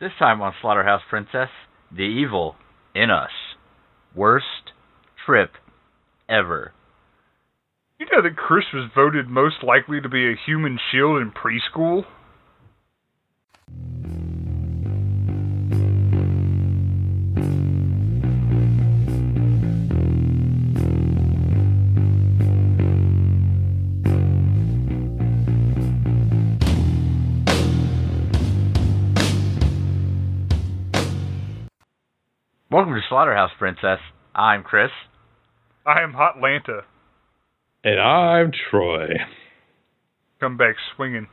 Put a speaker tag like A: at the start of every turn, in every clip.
A: This time on Slaughterhouse Princess, the evil in us. Worst trip ever.
B: You know that Chris was voted most likely to be a human shield in preschool?
A: Welcome to Slaughterhouse Princess. I'm Chris.
B: I am Hot Lanta.
C: And I'm Troy.
B: Come back swinging.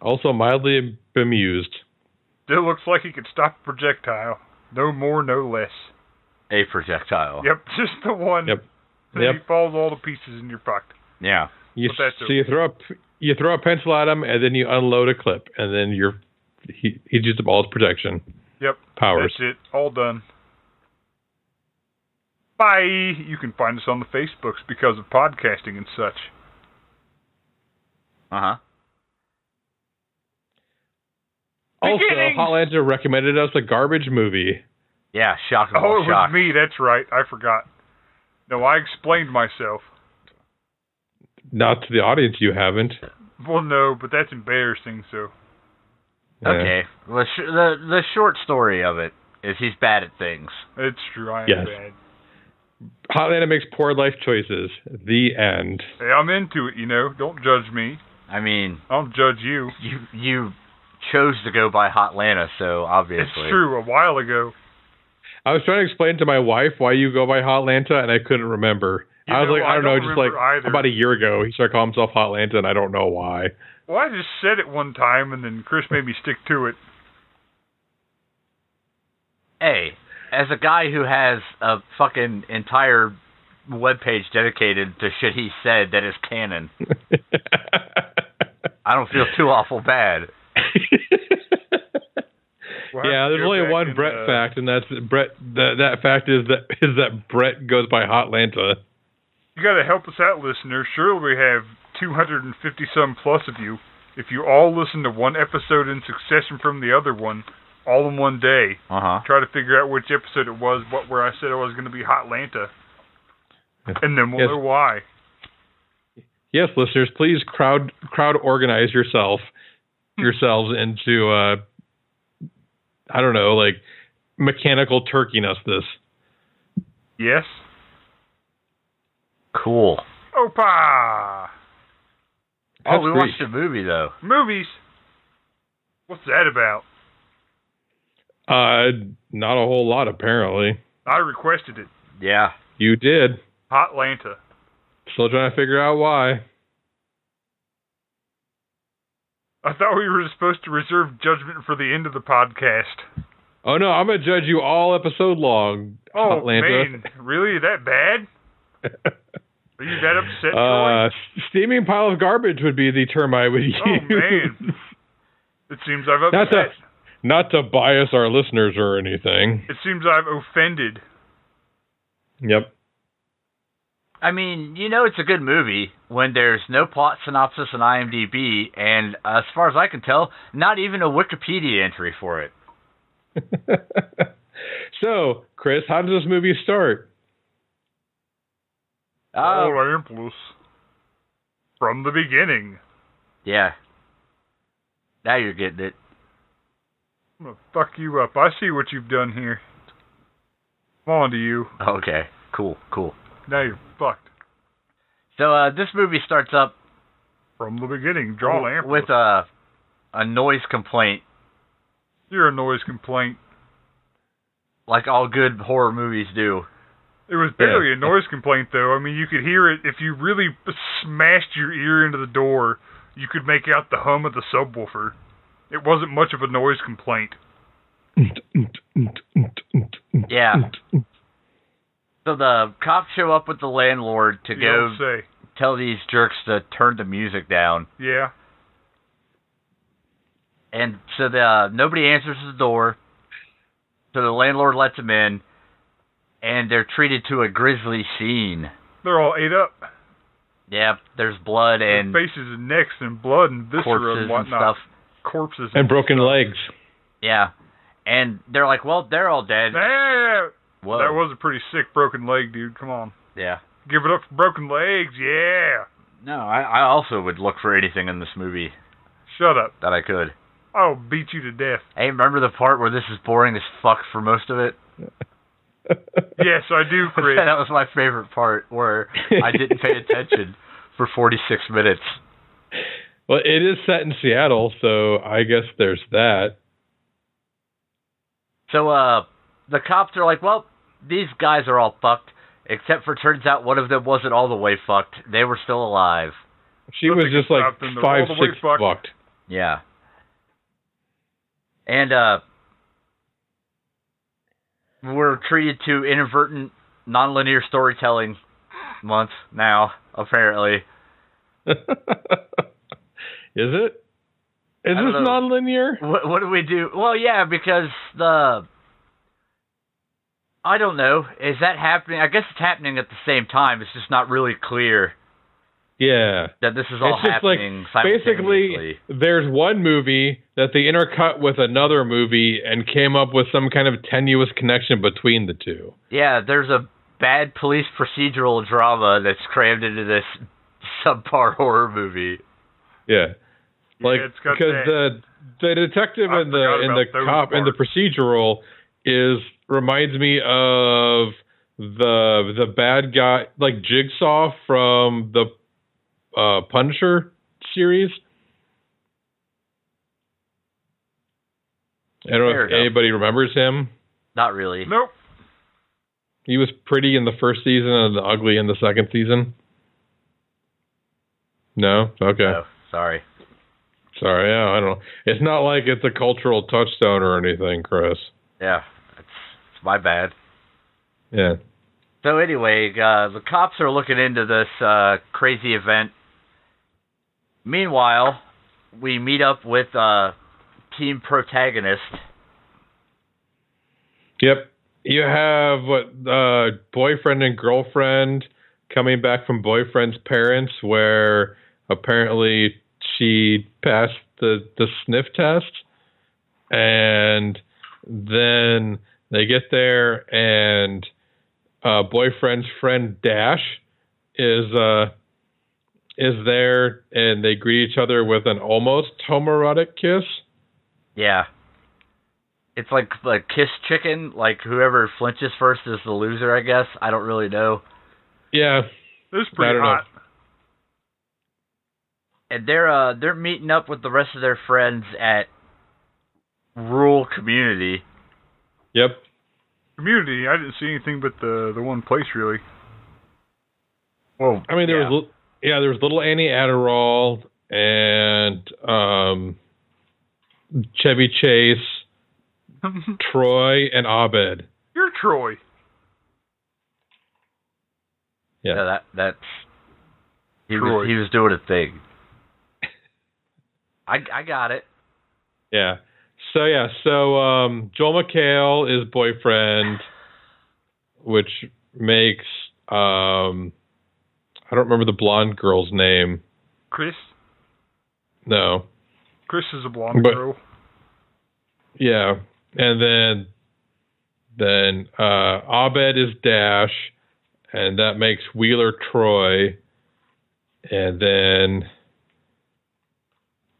C: Also mildly bemused.
B: It looks like he could stop a projectile. No more, no less.
A: A projectile.
B: Yep, just the one.
C: Yep.
B: Then
C: Yep.
B: he falls all to pieces in your pocket.
A: Yeah.
C: You,
B: But that's
C: so you throw up you throw a pencil at him and then you unload a clip and then you're he he used up all his protection
B: Yep.
C: powers.
B: That's it. All done. Bye. You can find us on the Facebooks because of podcasting and such.
A: Uh huh.
C: Also,
B: Beginnings!
C: Hollander recommended us a garbage movie.
A: Yeah, shock and
B: Oh,
A: all
B: it
A: shock.
B: was me. That's right. I forgot. No, I explained myself.
C: Not to the audience you haven't.
B: Well, no, but that's embarrassing. So
C: Yeah.
A: Okay. The, sh- the the short story of it is he's bad at things.
B: it's true. I am
C: Yes.
B: bad.
C: Hotlander makes poor life choices. The end.
B: Hey, I'm into it. You know, don't judge me.
A: I mean,
B: I'll judge you.
A: you you chose to go by Hot Lanta, so obviously
B: It's true. A while ago,
C: I was trying to explain to my wife why you go by Hotlanta, and I couldn't remember.
B: You
C: I was
B: know,
C: like, I
B: I
C: don't,
B: don't
C: know, just like
B: remember either.
C: about a year ago, he started calling himself Hotlanta, and I don't know why.
B: well, I just said it one time, and then Chris made me stick to it.
A: Hey, as a guy who has a fucking entire webpage dedicated to shit he said that is canon, I don't feel too awful bad.
B: We'll have
C: yeah,
B: to
C: there's
B: go
C: only
B: back
C: one
B: and,
C: Brett
B: uh,
C: fact, and that's that Brett. That that fact is that is that Brett goes by Hotlanta.
B: You gotta help us out, listener. Surely we have 250 some plus of you. If you all listen to one episode in succession from the other one, all in one day,
A: Uh huh.
B: try to figure out which episode it was, what where I said I was gonna be Hot Lanta, and then we'll
C: Yes.
B: know why.
C: Yes, listeners, please crowd crowd organize yourself yourselves into uh, I don't know, like mechanical turkeyness. This
B: Yes.
A: Cool.
B: Opa!
A: Oh, we
C: That's great.
A: watched a movie though.
B: Movies. What's that about?
C: Uh, not a whole lot apparently.
B: I requested it.
A: Yeah.
C: You did.
B: Hot Lanta.
C: Still trying to figure out why.
B: I thought we were supposed to reserve judgment for the end of the podcast.
C: Oh no, I'm gonna judge you all episode long.
B: Oh
C: Hotlanta.
B: man, really that bad? Are you that upset,
C: Uh,
B: Troy?
C: s- steaming pile of garbage would be the term I would use.
B: Oh, man. It seems I've
C: That's
B: upset.
C: Not to bias our listeners or anything.
B: It seems I've offended.
C: Yep.
A: I mean, you know it's a good movie when there's no plot synopsis on IMDb, and uh, as far as I can tell, not even a Wikipedia entry for it.
C: so, Chris, how does this movie start?
A: Oh,
B: Olympus. From the beginning.
A: yeah. Now you're getting it.
B: I'm gonna fuck you up. I see what you've done here. Come on to you.
A: Okay, cool, cool.
B: Now you're fucked.
A: So uh, this movie starts up
B: From the beginning, draw Olympus.
A: with a a noise complaint,
B: You're a noise complaint.
A: like all good horror movies do.
B: It was barely
C: Yeah.
B: a noise complaint, though. I mean, you could hear it if you really smashed your ear into the door. You could make out the hum of the subwoofer. It wasn't much of a noise complaint.
A: Yeah. So the cops show up with the landlord to
B: you
A: go
B: don't say.
A: tell these jerks to turn the music down,
B: Yeah.
A: and so the uh, nobody answers the door. So the landlord lets them in, and they're treated to a grisly scene.
B: They're all ate up.
A: Yep, there's blood and
B: Their faces and necks and blood and viscera
A: corpses
B: and
A: and
B: whatnot.
A: stuff.
B: Corpses
C: And broken legs.
A: Yeah. and they're like, well, they're all dead.
B: Yeah,
A: Whoa.
B: that was a pretty sick broken leg, dude. Come on,
A: yeah.
B: give it up for broken legs. Yeah,
A: No, I, I also would look for anything in this movie
B: shut up.
A: that I could.
B: I'll beat you to death.
A: Hey, remember the part where this is boring as fuck for most of it?
B: Yes, I do, Chris.
A: that was my favorite part where I didn't pay attention for 46 minutes.
C: Well, it is set in Seattle, so I guess there's that.
A: So uh the cops are like, Well, these guys are all fucked except for turns out one of them wasn't all the way fucked. They were still alive.
C: She
B: Listen,
C: was just like
B: Captain, they're
C: five,
B: all the way
C: six
B: fucked.
C: fucked.
A: Yeah. And uh we're treated to inadvertent nonlinear storytelling month now, apparently.
C: is it? Is
A: I don't
C: this
A: know.
C: nonlinear?
A: What, what do we do? Well, yeah, because the I don't know. Is that happening? I guess it's happening at the same time. It's just not really clear
C: Yeah.
A: that this is all
C: it's just like
A: happening
C: basically
A: simultaneously.
C: there's one movie that they intercut with another movie and came up with some kind of tenuous connection between the two.
A: Yeah, there's a bad police procedural drama that's crammed into this subpar horror movie.
C: Yeah.
B: Yeah,
C: Like
B: it's got
C: because
B: that.
C: the the detective
B: I
C: and the
B: forgot
C: and the
B: about those
C: cop and the procedural is reminds me of the the bad guy like Jigsaw from the uh, Punisher series. I don't know
A: Fair
C: if
A: enough.
C: anybody remembers him.
A: Not really.
C: uh,
B: nope.
C: He was pretty in the first season and ugly in the second season. No? Okay.
A: No, sorry.
C: Sorry, yeah, I don't know. It's not like it's a cultural touchstone or anything, Chris.
A: Yeah, it's, it's my bad.
C: Yeah.
A: So anyway, uh, the cops are looking into this uh, crazy event. Meanwhile, we meet up with uh, team protagonist.
C: Yep. You have what uh boyfriend and girlfriend coming back from boyfriend's parents where apparently she passed the the sniff test and then they get there and uh boyfriend's friend Dash is uh is there and they greet each other with an almost homoerotic kiss.
A: Yeah, it's like like kiss chicken. Like whoever flinches first is the loser, I guess. I don't really know.
C: Yeah.
B: This is pretty
C: don't know.
B: hot.
A: And they're uh, they're meeting up with the rest of their friends at rural community.
C: Yep.
B: Community. I didn't see anything but the the one place really. Well,
C: I mean, there
A: Yeah.
C: was was yeah, there was little Annie Adderall and um, Chevy Chase, Troy, and Abed.
B: you're Troy.
C: Yeah.
A: So that that's he
B: Troy.
A: was he was doing a thing. I I got it.
C: Yeah. So yeah, so um, Joel McHale is boyfriend, which makes um, I don't remember the blonde girl's name.
B: Chris.
C: No.
B: Chris is a blonde
C: But-
B: girl.
C: Yeah, and then then uh, Abed is Dash, and that makes Wheeler Troy, and then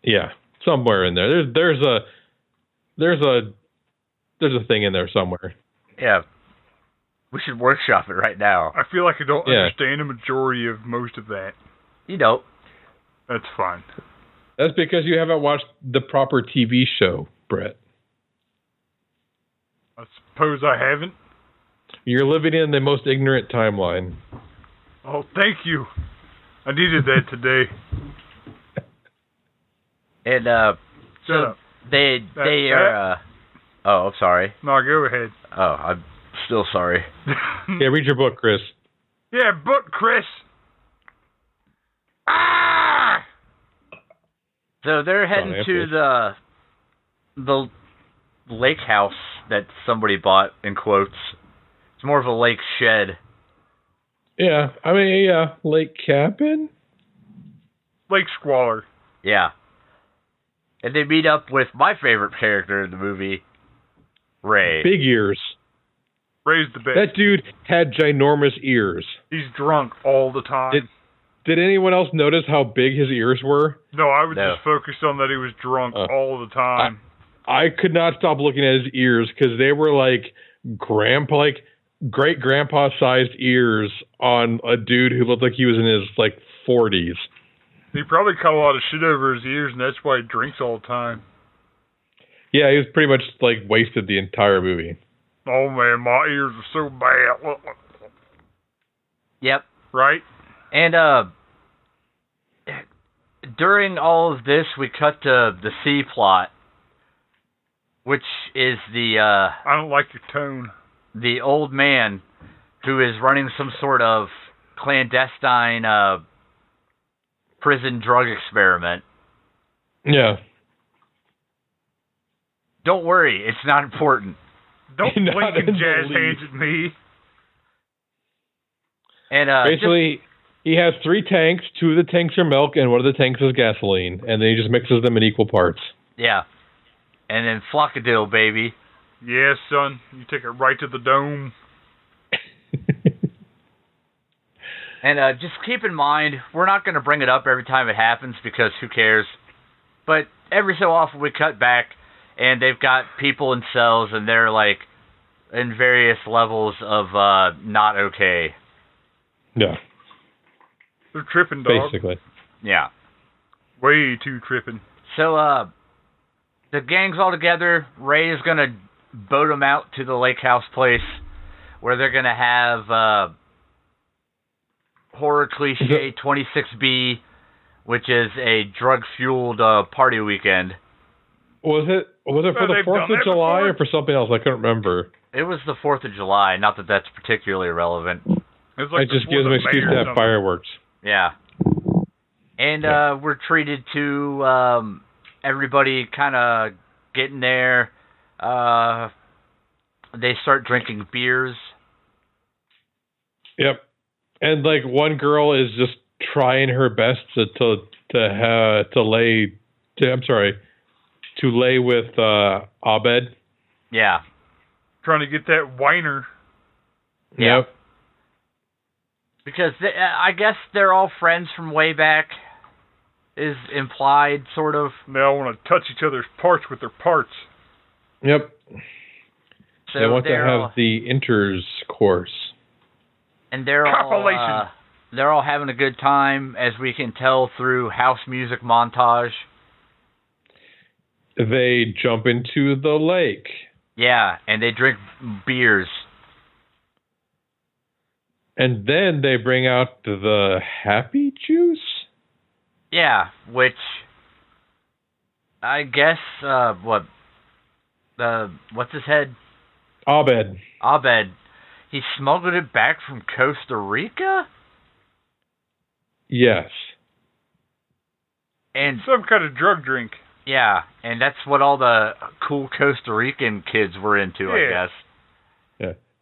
C: yeah, somewhere in there, there's there's a there's a there's a thing in there somewhere.
A: Yeah. We should workshop it right now.
B: I feel like I don't
C: Yeah.
B: understand a majority of most of that.
A: You know,
B: That's fine.
C: That's because you haven't watched the proper TV show, Brett.
B: I suppose I haven't.
C: You're living in the most ignorant timeline.
B: Oh, thank you. I needed that today.
A: and uh
B: Shut
A: So-
B: up.
A: they
B: That-
A: they are uh Oh, I'm sorry.
B: No, go ahead.
A: Oh, I'm still sorry.
C: Yeah, read your book, Chris.
B: yeah, but Chris. Ah!
A: So they're
C: Sorry,
A: heading
C: I
A: to
C: pushed.
A: the the lake house that somebody bought in quotes. It's more of a lake shed.
C: Yeah, I mean, yeah, Lake Cabin.
B: Lake Squalor.
A: Yeah. And they meet up with my favorite character in the movie, Ray.
C: Big ears.
B: Raise the bed.
C: That dude had ginormous ears.
B: He's drunk all the time.
C: Did- Did anyone else notice how big his ears were?
B: no, I was
A: No.
B: just focused on that he was drunk
C: Uh,
B: all the time.
C: I could not stop looking at his ears because they were like grandpa, like great grandpa sized ears on a dude who looked like he was in his like 40s.
B: he probably cut a lot of shit over his ears, and that's why he drinks all the time.
C: Yeah, he was pretty much like wasted the entire movie.
B: Oh man, my ears are so bad.
A: Yep.
B: Right?
A: And uh, during all of this, we cut to the C plot, which is the uh,
B: I don't like your tone.
A: the old man who is running some sort of clandestine uh, prison drug experiment.
C: Yeah.
A: Don't worry, it's not important.
B: Don't
C: Not
B: blink and
C: in the
B: jazz hands
C: least.
B: at me.
A: And uh, just-
C: Basically, he has three tanks. Two of the tanks are milk, and one of the tanks is gasoline. And then he just mixes them in equal parts.
A: yeah, and then flockadil baby.
B: Yes, son. You take it right to the dome.
A: And uh, just keep in mind, we're not going to bring it up every time it happens because who cares? But every so often we cut back and they've got people in cells and they're like in various levels of uh, not okay.
C: yeah,
B: They're tripping, dog.
C: basically.
A: Yeah.
B: Way too tripping.
A: So uh, the gang's all together. Ray is going to boat them out to the lake house place where they're going to have uh, horror cliche 26B, which is a drug fueled uh, party weekend.
C: Was it was it
B: Oh,
C: for the
B: they've
C: Fourth
B: done
C: of
B: that
C: July
B: before?
C: or for something else? I couldn't remember.
A: It was the Fourth of July. Not that that's particularly relevant.
B: It's like
C: it just
B: before
C: gives
B: the
C: them an excuse
B: mayor
C: to
B: or
C: have
B: something.
C: fireworks.
A: Yeah. And uh, we're treated to um, everybody kind of getting there. Uh, they start drinking beers.
C: Yep. And like one girl is just trying her best to to to, uh, to lay. To, I'm sorry, to lay with uh, Abed.
A: Yeah.
B: Trying to get that whiner.
A: Yeah.
C: Yep.
A: Because they, I guess they're all friends from way back, is implied, sort of.
B: They all want to touch each other's parts with their parts.
C: Yep.
A: So
C: they want to
A: they're
C: have
A: all-
C: the intercourse.
A: and they're all
B: Compilation.
A: uh, they're all having a good time, as we can tell through house music montage.
C: They jump into the lake.
A: Yeah, and they drink beers.
C: And then they bring out the happy juice.
A: Yeah, which I guess uh, what uh, what's his head
C: Abed.
A: Abed, he smuggled it back from Costa Rica,
C: Yes.
A: and
B: Some kind of drug drink.
A: yeah, and that's what all the cool Costa Rican kids were into, I
B: Yeah.
A: guess.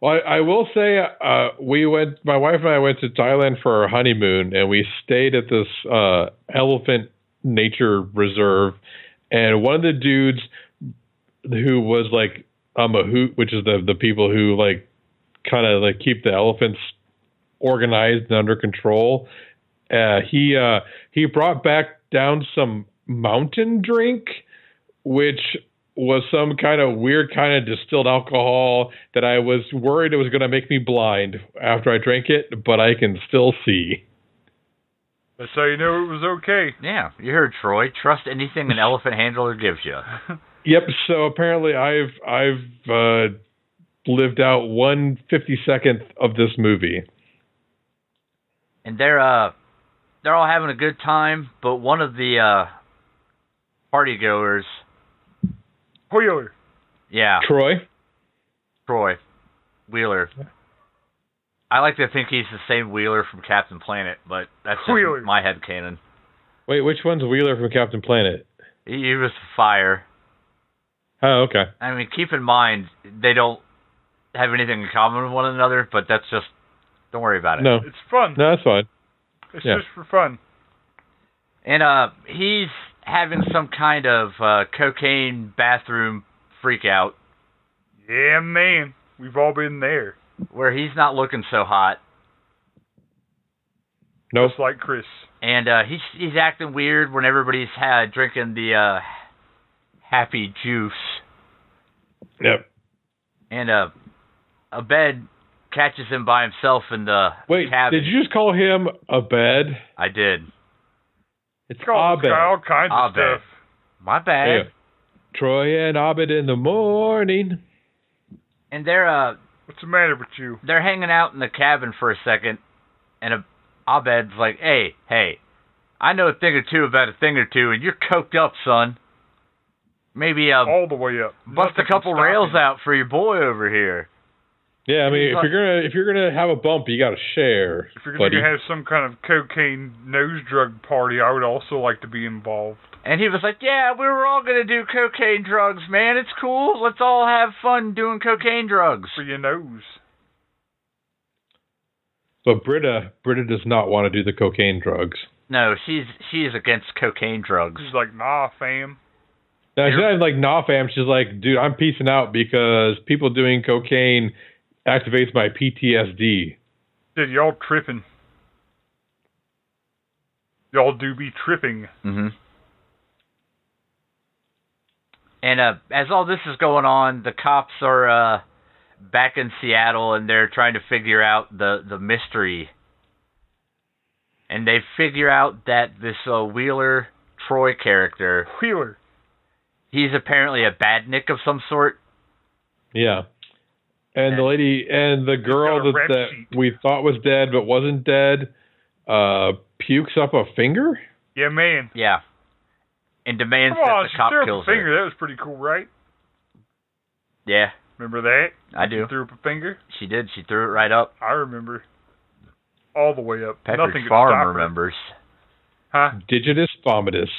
C: Well, I, I will say uh, we went. My wife and I went to Thailand for our honeymoon, and we stayed at this uh, elephant nature reserve. And one of the dudes who was like a mahoot, which is the the people who like kind of like keep the elephants organized and under control. Uh, he uh, he brought back down some mountain drink, which was some kind of weird kind of distilled alcohol that I was worried it was going to make me blind after I drank it, but I can still see.
B: That's how you know it was okay.
A: Yeah, you heard Troy. Trust anything an elephant handler gives you.
C: Yep. So apparently, I've I've uh, lived out one fifty second of this movie.
A: and they're uh they're all having a good time, but one of the uh party goers,
B: Wheeler.
A: yeah,
C: Troy.
A: Troy Wheeler. I like to think he's the same Wheeler from Captain Planet, but that's just
B: Wheeler.
A: my head canon.
C: Wait, which one's Wheeler from Captain Planet?
A: He, he was fire.
C: Oh, okay.
A: I mean, keep in mind they don't have anything in common with one another, but that's just don't worry about it.
C: No,
B: It's fun.
C: no, that's fine.
B: It's
C: yeah.
B: just for fun.
A: And uh, he's having some kind of uh, cocaine bathroom freak out.
B: Yeah, man. We've all been there.
A: where he's not looking so hot,
C: Nope.
B: Just like Chris.
A: and uh, he's he's acting weird when everybody's had drinking the uh, happy juice,
C: Yep.
A: and uh, a bed catches him by himself in the
C: Wait,
A: cabin.
C: did you just call him a bed?
A: I did.
C: It's
B: All,
C: Abed.
B: all kinds of
A: Abed.
B: stuff.
A: My bad.
C: Yeah. Troy and Abed in the morning.
A: And they're uh
B: What's the matter with you?
A: they're hanging out in the cabin for a second, and a, Abed's like, "Hey, hey, I know a thing or two about a thing or two, and you're coked up, son. Maybe uh,
B: All the way up.
A: bust a
B: Nothing can
A: couple
B: stop
A: rails
B: you.
A: out for your boy over here."
C: Yeah, I mean, if
A: He's
C: you're gonna if you're gonna have a bump, you gotta share.
B: If you're
C: buddy.
B: going to have some kind of cocaine nose drug party, I would also like to be involved.
A: And he was like, "Yeah, we were all gonna do cocaine drugs, man. It's cool. Let's all have fun doing cocaine drugs."
B: For your nose.
C: but Britta Britta does not want to do the cocaine drugs.
A: No, she's she's against cocaine drugs.
B: She's like, nah, fam.
C: Now she's
A: You're-
C: not even like nah, fam. She's like, dude, I'm peacing out because people doing cocaine activates my PTSD.
B: Dude, y'all tripping. Y'all do be tripping.
A: Mm-hmm. And uh, as all this is going on, the cops are uh, back in Seattle and they're trying to figure out the, the mystery. And they figure out that this uh, Wheeler Troy character,
B: Wheeler.
A: he's apparently a badnik of some sort.
C: Yeah. And the lady and the girl
B: got a
C: that,
B: rap
C: that
B: sheet.
C: we thought was dead but wasn't dead uh, pukes up a finger.
B: Yeah, man.
A: Yeah. And demands
B: Come on,
A: that the
B: she
A: cop
B: threw up
A: kills
B: a finger.
A: her.
B: That was pretty cool, right?
A: Yeah,
B: Remember that?
A: I do.
B: Threw up a finger.
A: She did. She threw it right up.
B: I remember. All the way up. Nothing
A: Pepperidge
B: could
A: Farm
B: stop her.
A: remembers.
B: Huh?
C: Digitus vomitus.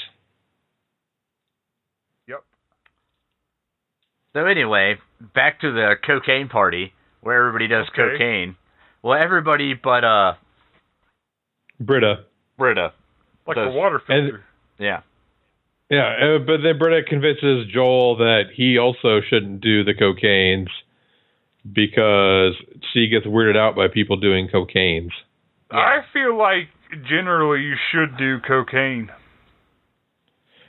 B: Yep.
A: So anyway, back to the cocaine party where everybody does
B: Okay.
A: cocaine. Well, everybody but uh
C: Britta.
A: Britta.
B: Like
A: Does-
B: the water
C: and-
B: filter.
A: Yeah.
C: Yeah, uh, but then Britta convinces Joel that he also shouldn't do the cocaines because she gets weirded out by people doing cocaines.
B: I feel like generally you should do cocaine.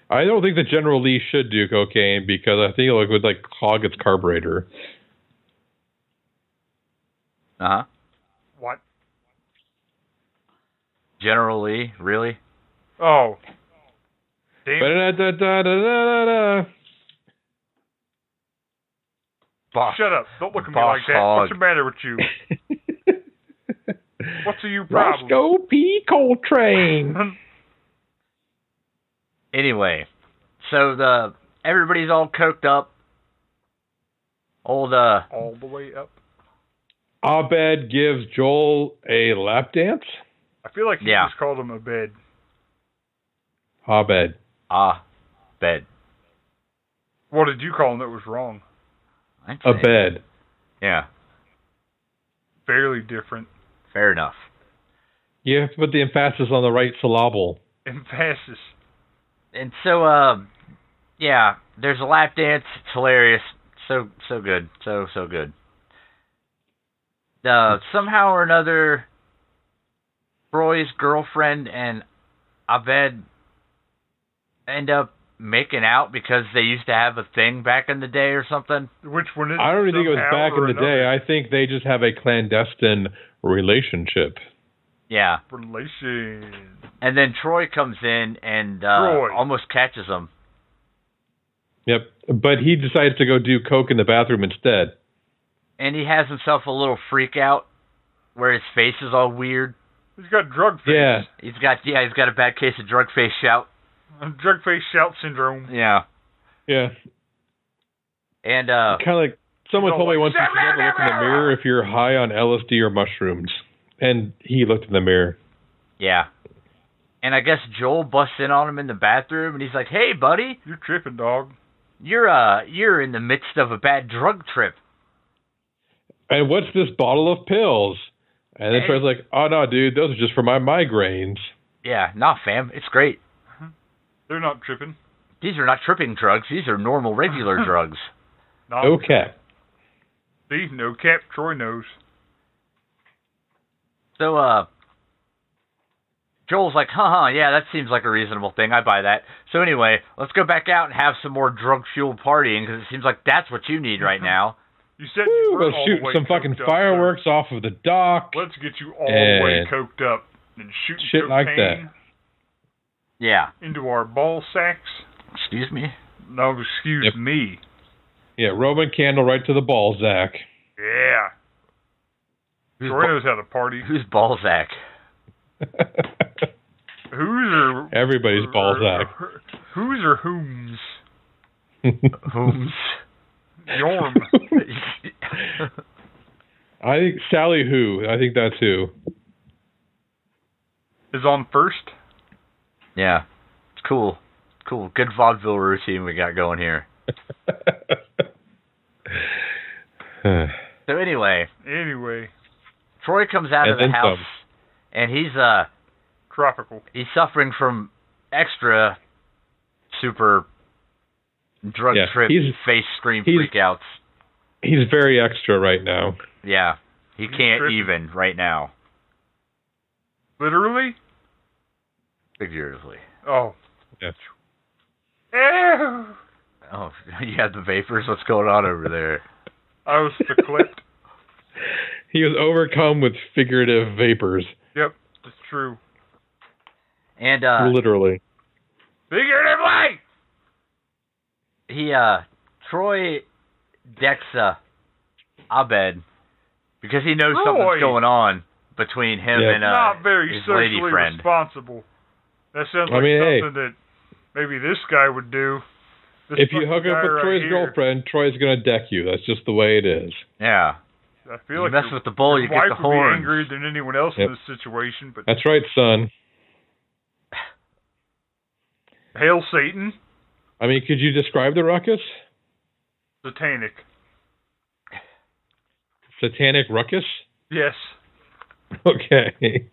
C: I don't think that General Lee should do cocaine because I think it would like clog its carburetor.
A: Uh huh.
B: What?
A: Generally, really.
B: Oh. Damn.
C: Ba-da-da-da-da-da-da.
A: Boss.
B: Shut up. Don't look at me
A: Boss
B: like that.
A: hog.
B: What's the matter with you? What's the you problem?
C: Roscoe P. Coltrane.
A: Anyway, so the everybody's all coked up. Old uh
B: All the way up.
C: Abed gives Joel a lap dance.
B: I feel like you
A: Yeah.
B: just called him a bed.
C: Abed.
A: ah bed.
B: What did you call him that was wrong?
A: I'd say.
C: Abed.
A: Yeah.
B: Fairly different.
A: Fair enough.
C: You have to put the emphasis on the right syllable.
B: Emphasis.
A: And so uh yeah, there's a lap dance. It's hilarious. So so good. So so good. Uh, somehow or another, Roy's girlfriend and Abed end up making out because they used to have a thing back in the day or something.
B: Which one is
C: I don't even think it was
B: somehow
C: back in
B: or
C: the
B: another
C: day. I think they just have a clandestine relationship.
A: Yeah.
B: Relation.
A: And then Troy comes in and uh,
B: Troy.
A: almost catches them.
C: Yep. But he decides to go do coke in the bathroom instead.
A: And he has himself a little freak out where his face is all weird.
B: He's got drug face.
C: Yeah.
A: He's got yeah, he's got a bad case of drug face shout.
B: Drug face shout syndrome.
A: Yeah.
C: Yeah.
A: And uh
C: Kind of like
B: You
C: someone
B: know,
C: told me
B: like,
C: once you should never look in the mirror if you're high on LSD or mushrooms. And he looked in the mirror.
A: yeah. And I guess Joel busts in on him in the bathroom and he's like, "Hey, buddy,
B: You're tripping, dog.
A: you're uh you're in the midst of a bad drug trip."
C: And what's this bottle of pills? And then
A: Hey.
C: Troy's like, oh, no, dude, those are just for my migraines.
A: Yeah, nah, fam, it's great.
B: They're not tripping. Oh.
A: These are not tripping drugs. These are normal, regular drugs.
B: Not
C: Okay.
B: See, no cap. Troy knows.
A: So, uh, Joel's like, huh, huh, yeah, that seems like a reasonable thing. I buy that. So, anyway, let's go back out and have some more drug fueled partying because it seems like that's what you need right now.
B: You said you
C: Woo,
B: were
C: we'll
B: all
C: shoot
B: the way
C: some fucking
B: coked up, so
C: fireworks off of the dock.
B: Let's get you all the way
C: And-
B: coked up and shoot
C: Shit like
B: cocaine
A: Yeah.
B: into our ball sacks.
A: Excuse me?
B: No, excuse
C: Yep.
B: me.
C: Yeah, Roman candle right to the ball, Zach.
B: Yeah.
A: Who's,
B: Troy
A: Ba-
B: knows how to party.
A: who's Balzac?
B: Who's or
C: Everybody's
B: or-
C: ball, Zach.
B: or- Who's or whom's?
A: Whooms.
B: Yorm.
C: I think Sally Who. I think that's who.
B: is on first.
A: yeah. It's cool. Cool. Good vaudeville routine we got going here. So, anyway,
B: Anyway,
A: Troy comes out
C: And
A: of the
C: then
A: house
C: some.
A: and he's, uh,
B: tropical.
A: he's suffering from extra super drug
C: Yeah,
A: trip
C: he's-
A: face scream
C: he's-
A: freakouts.
C: He's very extra right now.
A: Yeah. He
B: He's
A: can't
B: tripping.
A: even right now,
B: Literally?
A: figuratively.
B: Oh.
C: Yeah.
B: Ew.
A: Oh, you have the vapors. What's going on over there?
B: I was the clipped.
C: He was overcome with figurative vapors,
B: Yep, that's true.
A: And uh,
C: literally.
B: Figuratively!
A: he, uh, Troy decks uh, Abed because he knows
B: Troy!
A: something's going on between him
C: Yeah.
A: and uh,
B: Not very
A: his lady
B: socially
A: friend.
B: responsible. That sounds
C: I
B: like
C: mean, hey.
B: something that maybe this guy would do. This
C: If
B: fucking
C: you hook
B: guy
C: up with
B: right
C: Troy's
B: here,
C: girlfriend, Troy's gonna deck you. That's just the way it is.
A: Yeah.
B: I feel
A: You
B: like
A: mess
B: your,
A: with the bull,
B: your
A: you get
B: wife
A: the
B: would be
A: horns.
B: angrier than anyone else
C: Yep.
B: in this situation. But
C: That's right, son.
B: hail Satan,
C: I mean, could you describe the ruckus?
B: satanic.
C: Satanic ruckus?
B: Yes.
C: Okay.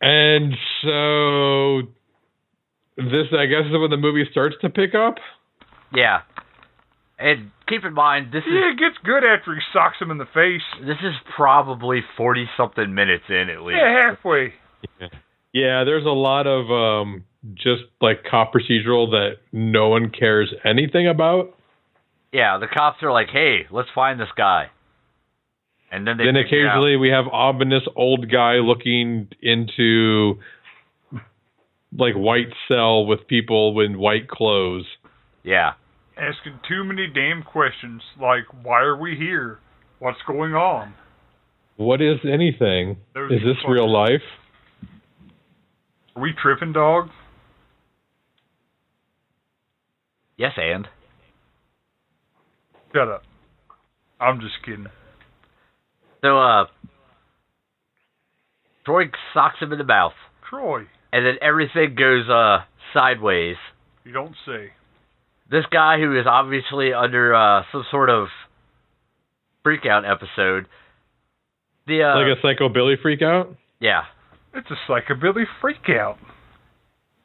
C: And so this I guess is when the movie starts to pick up.
A: Yeah. And keep in mind, this is
B: Yeah, it gets good after he socks him in the face.
A: This is probably forty something minutes in at least.
B: Yeah, halfway.
C: Yeah, there's a lot of um just like cop procedural that no one cares anything about.
A: Yeah, the cops are like, "Hey, let's find this guy," and then they
C: then
A: figure out-
C: occasionally we have ominous old guy looking into like white cell with people in white clothes.
A: yeah,
B: asking too many damn questions like why are we here what's going on
C: What is anything?
B: Those
C: Is this
B: fuckers.
C: real life?
B: are we tripping dog
A: yes, and
B: shut up i'm just kidding
A: so uh, Troy socks him in the mouth,
B: troy
A: and then everything goes uh sideways.
B: you don't say
A: This guy who is obviously under uh some sort of freakout episode. The uh,
C: like a psychobilly freak out?
A: yeah,
B: it's a psychobilly freakout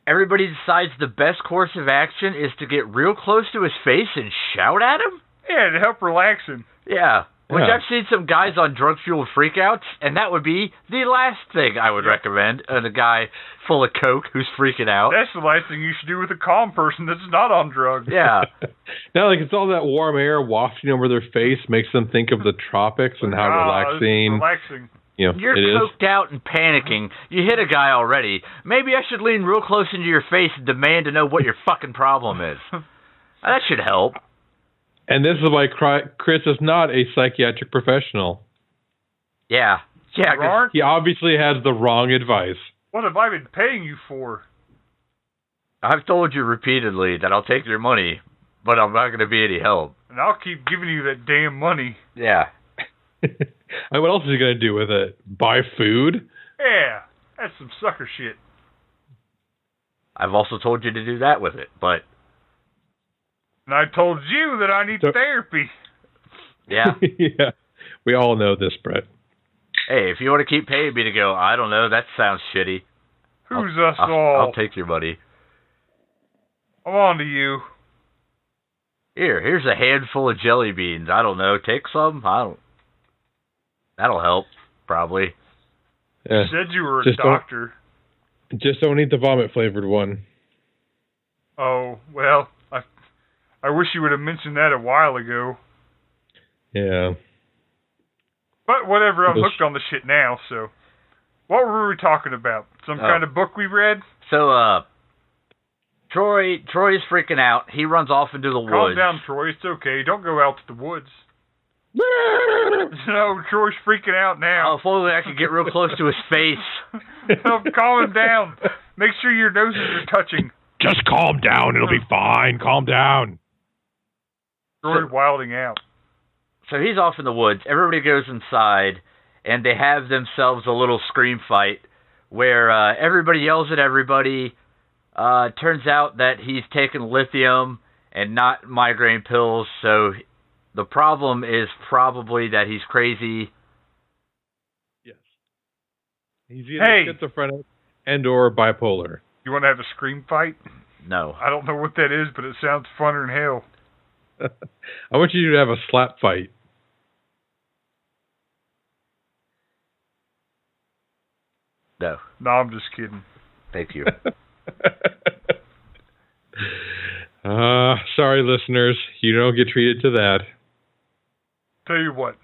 A: everybody decides the best course of action is to get real close to his face and shout at him.
B: yeah to help relax him
A: Yeah. Which
C: Yeah.
A: I've seen some guys on drug fueled freakouts, and that would be the last thing I would recommend. And a guy full of coke who's freaking out.
B: that's the last thing you should do with a calm person that's not on drugs
A: Yeah.
C: No, like it's all that warm air wafting over their face makes them think of the tropics and how
B: Ah, it's
C: relaxing
B: relaxing
C: you know,
A: You're
C: it is.
A: coked out and panicking. You hit a guy already. Maybe I should lean real close into your face and demand to know what your fucking problem is. That should help.
C: And this is why Cri- Chris is not a psychiatric professional.
A: Yeah. Yeah. 'cause-
B: Ron,
C: He obviously has the wrong advice.
B: what have i been paying you for
A: I've told you repeatedly that I'll take your money, but I'm not going to be any help.
B: and i'll keep giving you that damn money
A: Yeah.
C: and what else is he going to do with it? Buy food?
B: yeah that's some sucker shit
A: I've also told you to do that with it, but
B: and i told you that i need
C: So-
B: therapy
A: yeah.
C: yeah. We all know this, Brett.
A: Hey, if you want to keep paying me to go, I don't know, that sounds shitty.
B: who's us
A: I'll,
B: all
A: I'll take your money.
B: I'm on to you.
A: Here, here's a handful of jelly beans. I don't know. Take some. I don't. That'll help, probably.
C: Yeah.
B: You said you were a
C: Just don't-
B: doctor.
C: Just don't eat the vomit flavored one.
B: Oh well, I I wish you would have mentioned that a while ago.
C: Yeah.
B: But whatever, I'm
C: Yes.
B: hooked on the shit now. So, what were we talking about? Some
A: Oh.
B: kind of book we read?
A: So, uh, Troy, Troy is freaking out. He runs off into the
B: Calm
A: woods.
B: down, Troy. It's okay. Don't go out to the woods. No, Troy's freaking out
A: Oh,
B: now.
A: if only I could get real close to his face.
B: Help, calm him down. Make sure your noses are touching.
D: Just calm down. It'll be fine. Calm down.
B: Troy wilding out.
A: So he's off in the woods. Everybody goes inside, and they have themselves a little scream fight where uh, everybody yells at everybody. Uh, turns out that he's taken lithium and not migraine pills, so the problem is probably that he's crazy.
C: Yes. He's either
B: Hey.
C: schizophrenic and or bipolar.
B: You want to have a scream fight?
A: No.
B: I don't know what that is, but it sounds funner than hell.
C: I want you to have a slap fight.
A: No.
B: No, I'm just kidding.
A: Thank you.
C: uh, sorry, listeners. You don't get treated to that.
B: Tell you what,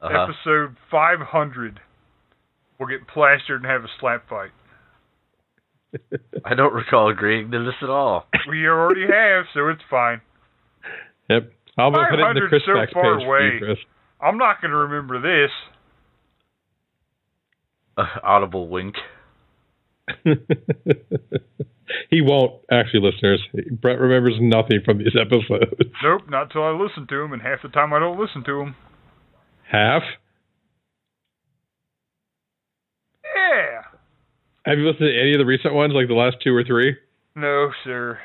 A: Uh-huh.
B: episode 500 will get plastered and have a slap fight.
A: I don't recall agreeing to this at all.
B: We already have, so it's fine.
C: Yep. I'll be putting the
B: 500
C: Chris
B: so
C: Beck page
B: far
C: for you,
B: away.
C: Chris.
B: I'm not going to remember this.
A: audible wink.
C: he won't, actually, listeners. Brett remembers nothing from these episodes.
B: Nope, not till I listen to him, and half the time I don't listen to him.
C: Half?
B: Yeah.
C: Have you listened to any of the recent ones, like the last two or three?
B: No, sir.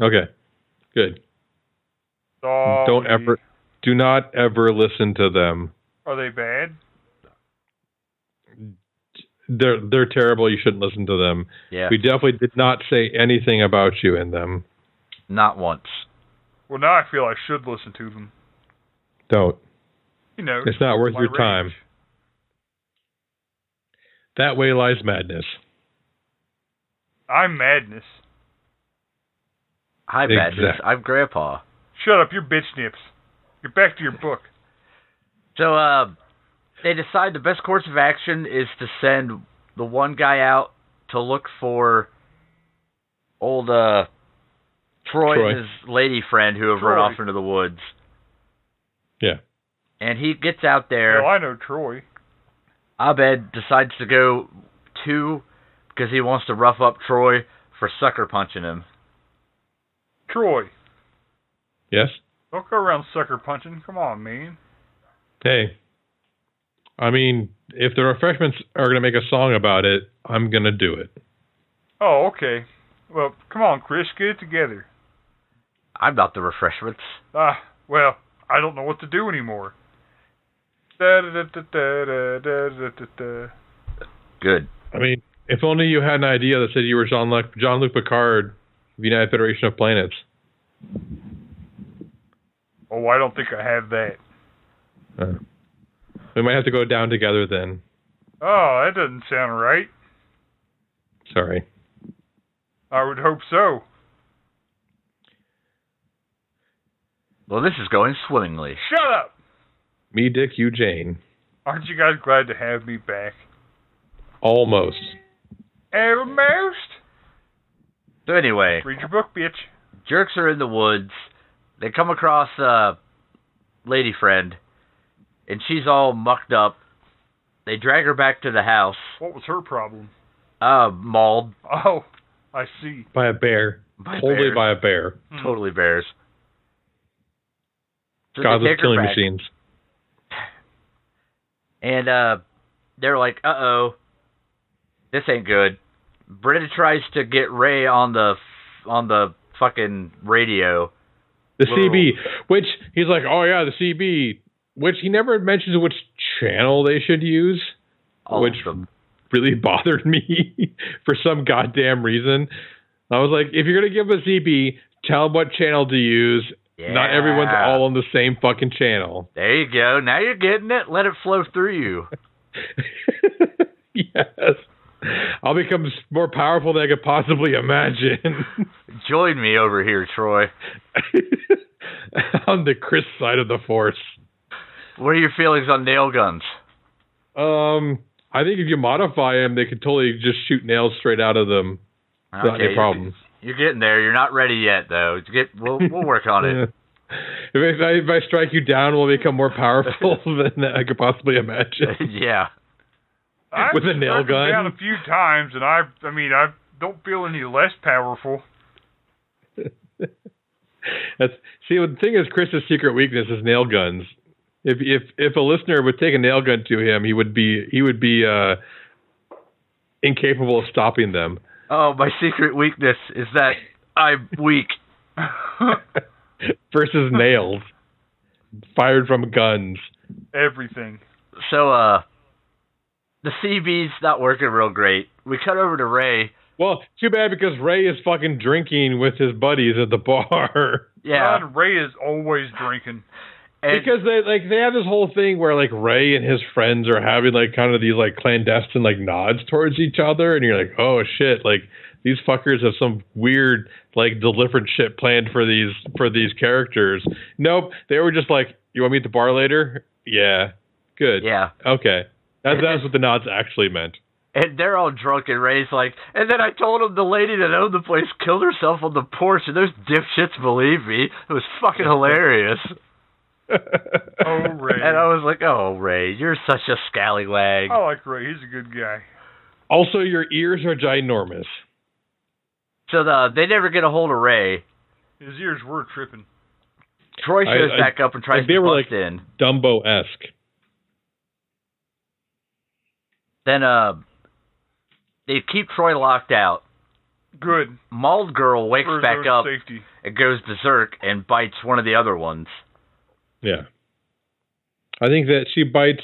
C: Okay. Good.
B: Sorry.
C: Don't ever, do not ever listen to them.
B: Are they bad?
C: They're they're terrible. You shouldn't listen to them.
A: Yeah.
C: We definitely did not say anything about you in them.
A: Not once.
B: Well, now I feel I should listen to them.
C: Don't.
B: You know,
C: It's not worth
B: my
C: your
B: rage.
C: time. That way lies madness.
B: I'm madness.
A: Hi, Badness.
C: Exact-
A: I'm Grandpa.
B: Shut up, you're bitch nips. Get back to your book.
A: So, uh, they decide the best course of action is to send the one guy out to look for old, uh, Troy,
C: Troy.
A: and his lady friend who have
B: Troy.
A: run off into the woods.
C: Yeah.
A: And he gets out there.
B: Well, I know Troy.
A: Abed decides to go two because he wants to rough up Troy for sucker punching him.
B: Troy,
C: Yes.
B: don't go around sucker punching. Come on, man.
C: Hey. I mean, if the refreshments are gonna make a song about it, I'm gonna do it.
B: Oh, okay. Well, come on, Chris, get it together.
A: I'm not the refreshments.
B: Ah, well, I don't know what to do anymore. Da-da-da-da-da-da-da-da-da.
A: Good.
C: I mean, if only you had an idea that said you were Jean Luc Jean Luc Picard of the United Federation of Planets.
B: Oh, I don't think I have that.
C: Uh, We might have to go down together then.
B: Oh, that doesn't sound right.
C: Sorry.
B: I would hope so.
A: Well, this is going swimmingly.
B: Shut up!
C: Me, Dick, you, Jane.
B: Aren't you guys glad to have me back?
C: Almost.
B: Almost.
A: So anyway,
B: Read your book, bitch.
A: jerks are in the woods. They come across a lady friend, and she's all mucked up. They drag her back to the house,
B: What was her problem?
A: uh, mauled
B: Oh, I see. Hmm.
C: By a bear.
A: by
C: totally
A: bears. Hmm.
C: by a bear.
A: totally bears. So they
C: Godless
A: take her
C: killing
A: back,
C: machines.
A: And uh, they're like, "Uh oh, this ain't good." Britta tries to get Ray on the f- on the fucking radio.
C: The
A: Literal.
C: CB, which he's like, oh yeah, the CB, which he never mentions which channel they should use,
A: All
C: which
A: of them.
C: really bothered me for some goddamn reason. I was like, if you're gonna give him a CB, tell him what channel to use
A: Yeah.
C: Not everyone's all on the same fucking channel.
A: There you go. Now you're getting it. Let it flow through you.
C: yes. I'll become s- more powerful than I could possibly imagine.
A: Join me over here, Troy.
C: on the Chris side of the force.
A: What are your feelings on nail guns?
C: Um, I think if you modify them, they could totally just shoot nails straight out of them. Not
A: Okay,
C: any problem.
A: You're getting there. You're not ready yet, though. Get, we'll, we'll work on it.
C: If I, if I strike you down, will I become more powerful than I could possibly imagine.
A: yeah.
B: I've
C: With a nail
B: struck him
C: gun?
B: down a few times, and I, I mean, I don't feel any less powerful.
C: That's see the thing is Chris's secret weakness is nail guns. If if if a listener would take a nail gun to him, he would be he would be uh, incapable of stopping them.
A: Oh, my secret weakness is that I'm weak.
C: Versus nails fired from guns.
B: Everything.
A: So, uh, the CB's not working real great. We cut over to Ray.
C: Well, too bad because Ray is fucking drinking with his buddies at the bar.
A: Yeah.
B: God, Ray is always drinking.
A: and-
C: because they like they have this whole thing where like Ray and his friends are having like kind of these like clandestine like nods towards each other, and you're like, oh shit, like these fuckers have some weird like deliberate shit planned for these for these characters. Nope, they were just like, you want to meet at the bar later? Yeah, good.
A: yeah.
C: Okay, that's that's what the nods actually meant.
A: And they're all drunk, and Ray's like, and then I told him the lady that owned the place killed herself on the porch, and those dipshits believe me. It was fucking hilarious.
B: Oh, Ray.
A: And I was like, oh, Ray, you're such a scallywag.
B: I like Ray. He's a good guy.
C: also, your ears are ginormous.
A: So the, they never get a hold of Ray.
B: His ears were tripping.
A: Troy
C: I-
A: shows
C: I-
A: back up and tries
C: like, they
A: to
C: were
A: bust in.
C: Dumbo esque.
A: Then uh, they keep Troy locked out.
B: Good.
A: Mauled Girl wakes
B: For his
A: back
B: own
A: up
B: safety.
A: and goes berserk and bites one of the other ones.
C: Yeah. I think that she bites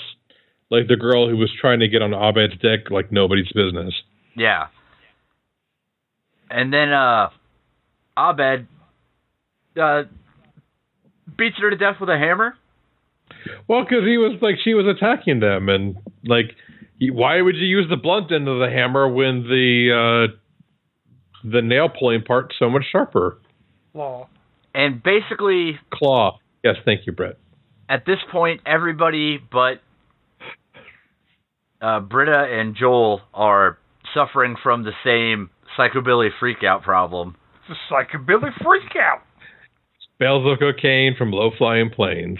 C: like the girl who was trying to get on Abed's dick like nobody's business.
A: Yeah. And then uh, Abed uh, beats her to death with a hammer.
C: Well, because he was like she was attacking them, and like, y- why would you use the blunt end of the hammer when the uh, the nail pulling part's so much sharper?
B: Law.
A: And basically,
C: Claw. Yes, thank you, Brett.
A: at this point, everybody but uh, Britta and Joel are suffering from the same psychobilly freakout problem.
B: It's a psychobilly freakout.
C: Bales of cocaine from low flying planes.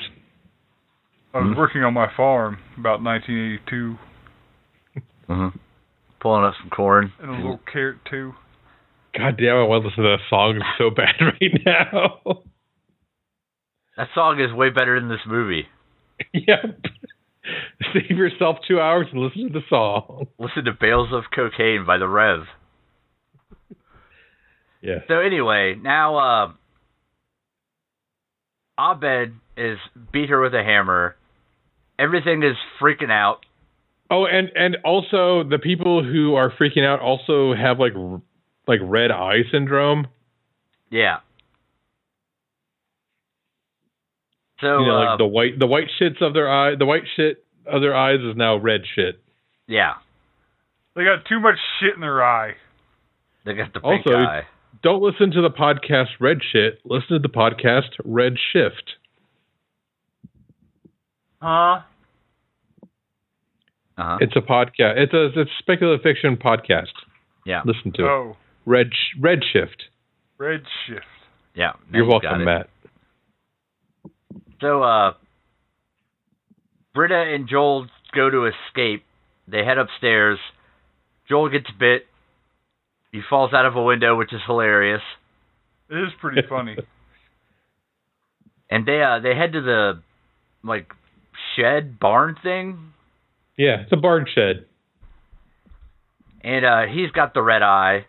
B: I was
A: Hmm.
B: working on my farm about 1982,
A: Mm-hmm. Pulling up some corn.
B: and a little carrot too.
C: God damn, I want to listen to that song so bad right now.
A: That song is way better than this movie.
C: Yep. Save yourself two hours and listen to the song.
A: Listen to Bales of Cocaine by The Rev.
C: Yeah.
A: So anyway, now uh, Abed is beat her with a hammer. Everything is freaking out.
C: Oh, and and also the people who are freaking out also have like r- like red eye syndrome.
A: Yeah. So
C: you know,
A: uh,
C: like the white the white shits of their eye the white shit of their eyes is now red shit.
A: yeah,
B: They got too much shit in their eye.
A: they got the pink
C: Also,
A: eye.
C: Don't listen to the podcast Red Shit. Listen to the podcast Red Shift.
B: Huh?
A: Uh-huh.
C: It's a podcast. It's a it's a speculative fiction podcast.
A: Yeah.
C: Listen to it.
B: Oh,
C: Red Sh- Red Shift.
B: red shift.
A: yeah, now
C: You're
A: you got
C: welcome,
A: it.
C: Matt.
A: So uh, Britta and Joel go to escape. They head upstairs. Joel gets bit. He falls out of a window, which is hilarious.
B: It is pretty funny.
A: And they uh, they head to the like shed barn thing,
C: Yeah, it's a barn shed.
A: and uh, he's got the red eye.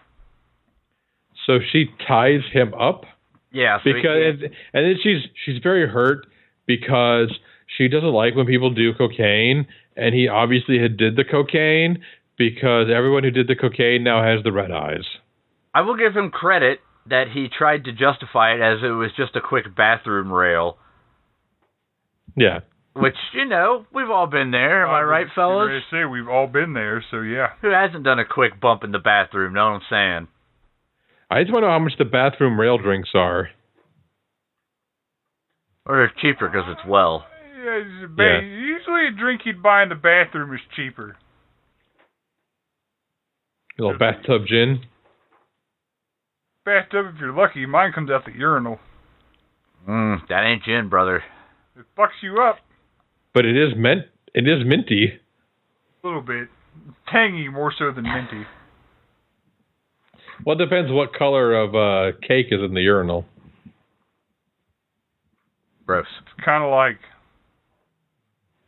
C: So she ties him up
A: Yeah, so he
C: because and then she's she's very hurt because she doesn't like when people do cocaine and he obviously had did the cocaine because everyone who did the cocaine now has the red eyes
A: I will give him credit that he tried to justify it as it was just a quick bathroom rail,
C: Yeah.
A: which you know we've all been there. Am I right, fellas?
B: Ready to say we've all been there, so yeah.
A: Who hasn't done a quick bump in the bathroom? Know what I'm saying?
C: I just want to know how much the bathroom rail drinks are.
A: Or they're cheaper because it's well.
B: Yeah, it's- ba-
C: Yeah.
B: Usually a drink you'd buy in the bathroom is cheaper.
C: A little bathtub gin.
B: Bathtub, if you're lucky, mine comes out the urinal.
A: Mm, that ain't gin, brother.
B: It fucks you up
C: But it is mint it is minty.
B: a little bit. Tangy more so than minty.
C: Well it depends what color of uh, cake is in the urinal.
A: Gross.
B: It's kind of like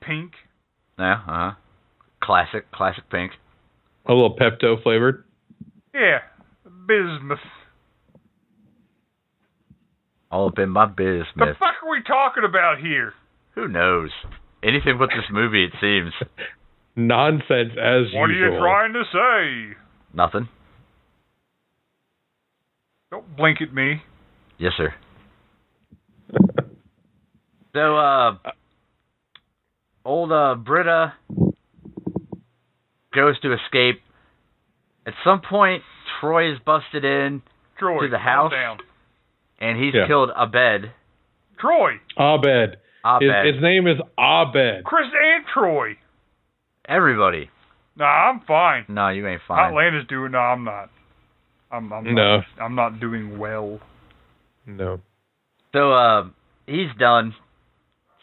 B: pink.
A: Yeah. Uh huh. Classic. Classic pink.
C: A little Pepto flavored.
B: Yeah, bismuth.
A: All up in my
B: The
A: business.
B: fuck are we talking about here?
A: Who knows? Anything with this movie, it seems.
C: Nonsense as
B: What are
C: usual.
B: you trying to say?
A: Nothing.
B: Don't blink at me.
A: Yes, sir. so, uh, old uh, Britta goes to escape. At some point, Troy is busted in,
B: Troy,
A: To the
B: calm
A: house?
B: down.
A: and he's
C: Yeah.
A: killed Abed.
B: Troy,
C: Abed.
A: Abed.
C: His, his name is Abed.
B: Chris and Troy.
A: Everybody.
B: Nah, I'm fine.
A: No, you ain't fine.
B: Outlander's doing. No, I'm not. I'm, I'm
C: No.
B: Not, I'm not doing well.
C: No.
A: So, uh, he's done.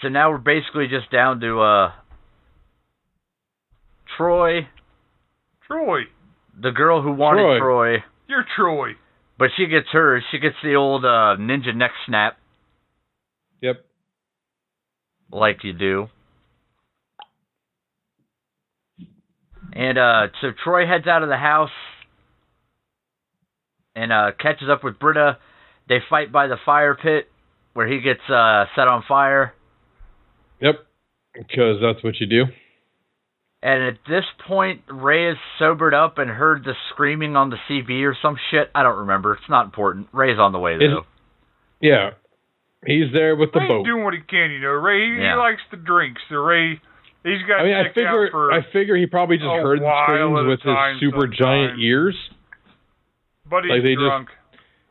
A: So now we're basically just down to, uh, Troy,
B: Troy,
A: the girl who wanted
C: Troy.
A: Troy
B: you're Troy.
A: But she gets hers. She gets the old uh, ninja neck snap,
C: Yep.
A: like you do. And uh, so Troy heads out of the house and uh, catches up with Britta. They fight by the fire pit where he gets uh, set on fire.
C: Yep. Because that's what you do.
A: And at this point, Ray is sobered up and heard the screaming on the CV or some shit. I don't remember. It's not important. Ray's on the way,
C: Is-
A: though.
C: Yeah. He's there with the
B: Ray's
C: boat.
B: doing what he can, you know. Ray, he, he
A: Yeah.
B: likes the drinks. So Ray, he's got
C: I mean, I
B: checked
C: figure
B: out for.
C: I figure he probably just
B: a
C: heard the
B: while at a
C: screams with
B: time
C: his super giant
B: sometimes.
C: ears.
B: but he's
C: like, they just-
B: drunk.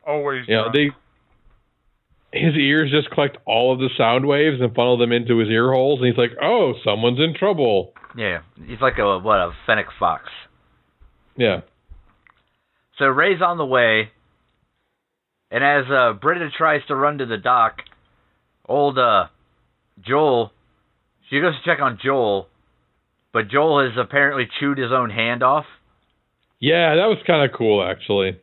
B: Always
C: Yeah,
B: drunk.
C: they his ears just collect all of the sound waves and funnel them into his ear holes, and he's like, "Oh, someone's in trouble."
A: Yeah. He's like a, what, a fennec fox.
C: Yeah,
A: So Ray's on the way, and as uh, Britta tries to run to the dock, old uh, Joel, she goes to check on Joel, but Joel has apparently chewed his own hand off.
C: yeah, that was kind of cool actually.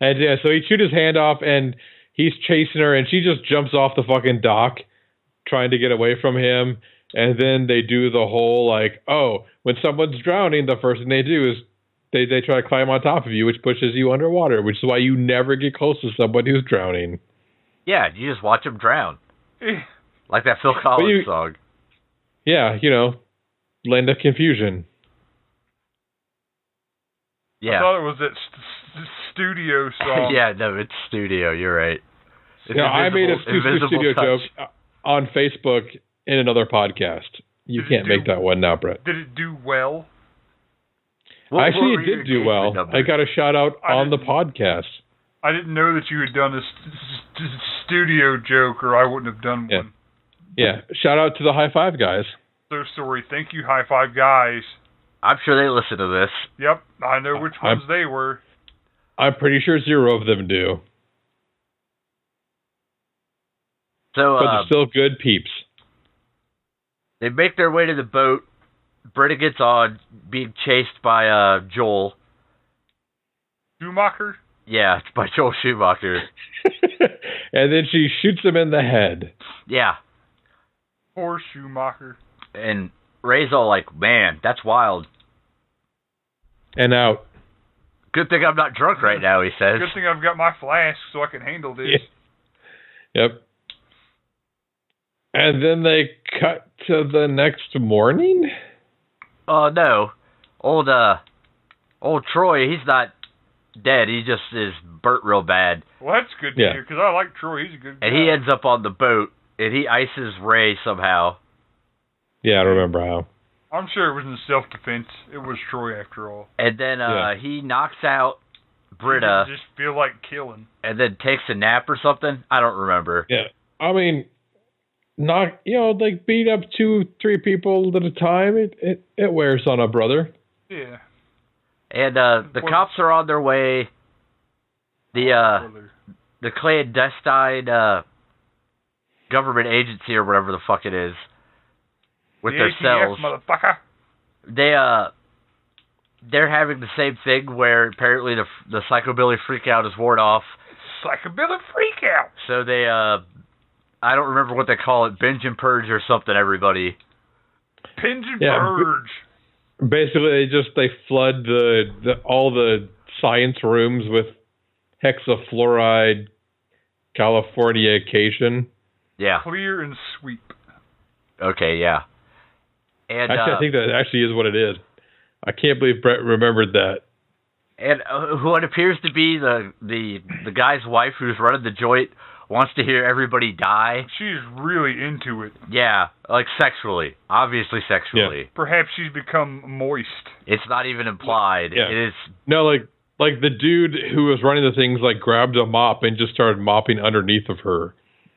C: And yeah, so he chewed his hand off, and he's chasing her, and she just jumps off the fucking dock, trying to get away from him. And then they do the whole like, oh, when someone's drowning, the first thing they do is they, they try to climb on top of you, which pushes you underwater, which is why you never get close to somebody who's drowning.
A: Yeah, you just watch him drown,
B: Eh,
A: like that Phil Collins
C: you-
A: song.
C: Yeah, you know, land of confusion.
B: I
A: Yeah,
B: thought it was that st- st- studio song.
A: yeah, no, it's studio. You're right. It's
C: Yeah, I made a
A: Invisible-
C: Stu-
A: Invisible
C: studio
A: Touch.
C: joke uh, on Facebook in another podcast. You
B: Did it
C: can't make
B: do-
C: that one now, Brett.
B: Did it do well?
A: What-
C: Actually,
A: what
C: it
A: were
C: did
A: your
C: do well.
A: engagement
C: I
A: numbers?
C: got a shout out
B: I
C: on the
B: didn't-
C: podcast.
B: I didn't know that you had done a st- st- studio joke, or I wouldn't have done
C: Yeah.
B: one.
C: Yeah, shout out to the high five guys.
B: So sorry. Thank you, High Five Guys.
A: I'm sure they listen to this.
B: Yep, I know which
C: I'm-
B: ones they were.
C: I'm pretty sure zero of them do,
A: So,
C: but
A: uh,
C: they're still good peeps.
A: They make their way to the boat. Britta gets on, being chased by uh, Joel.
B: Schumacher?
A: Yeah, it's by Joel Schumacher.
C: and then she shoots him in the head.
A: Yeah,
B: Poor Schumacher.
A: and Ray's all like, "Man, that's wild."
C: And out.
A: Good thing I'm not drunk right now, he says.
B: Good thing I've got my flask so I can handle this.
C: Yeah. Yep. And then they cut to the next morning.
A: Oh no, old uh, old Troy, he's not dead. He just is burnt real bad,
B: Well, that's good to
C: Yeah.
B: hear because I like Troy. He's a good guy.
A: and he ends up on the boat, and he ices Ray somehow.
C: Yeah, I remember how.
B: I'm sure it was in self defense. It was Troy after all.
A: And then uh, he knocks out Britta
B: He just feel like killing.
A: and then takes a nap or something. I don't remember.
C: I mean, not you know, like beat up two, three people at a time. It it, it wears on a brother.
B: Yeah.
A: And uh, the
B: Well-
A: cops are on their way. The uh, the clandestine uh, government agency or whatever the fuck it is with their
B: the ATF,
A: cells.
B: motherfucker.
A: they uh they're having the same thing where apparently the the psychobilly freak out is ward off.
B: Psychobilly freak out.
A: So they uh I don't remember what they call it, binge and purge or something everybody.
B: Pinge and
C: Yeah, but-
B: purge.
C: Basically, they just they flood the, the all the science rooms with hexafluoride Californication.
A: Yeah.
B: Clear and sweep.
A: Okay, yeah. And
C: Actually,
A: uh,
C: I think that actually is what it is. I can't believe Brett remembered that.
A: and uh, what appears to be the the the guy's wife who's running the joint wants to hear everybody die.
B: She's really into it.
A: Yeah, like sexually, obviously sexually.
B: Perhaps she's become moist.
A: It's not even implied.
C: Yeah.
A: It is
C: No, like like the dude who was running the things like grabbed a mop and just started mopping underneath of her.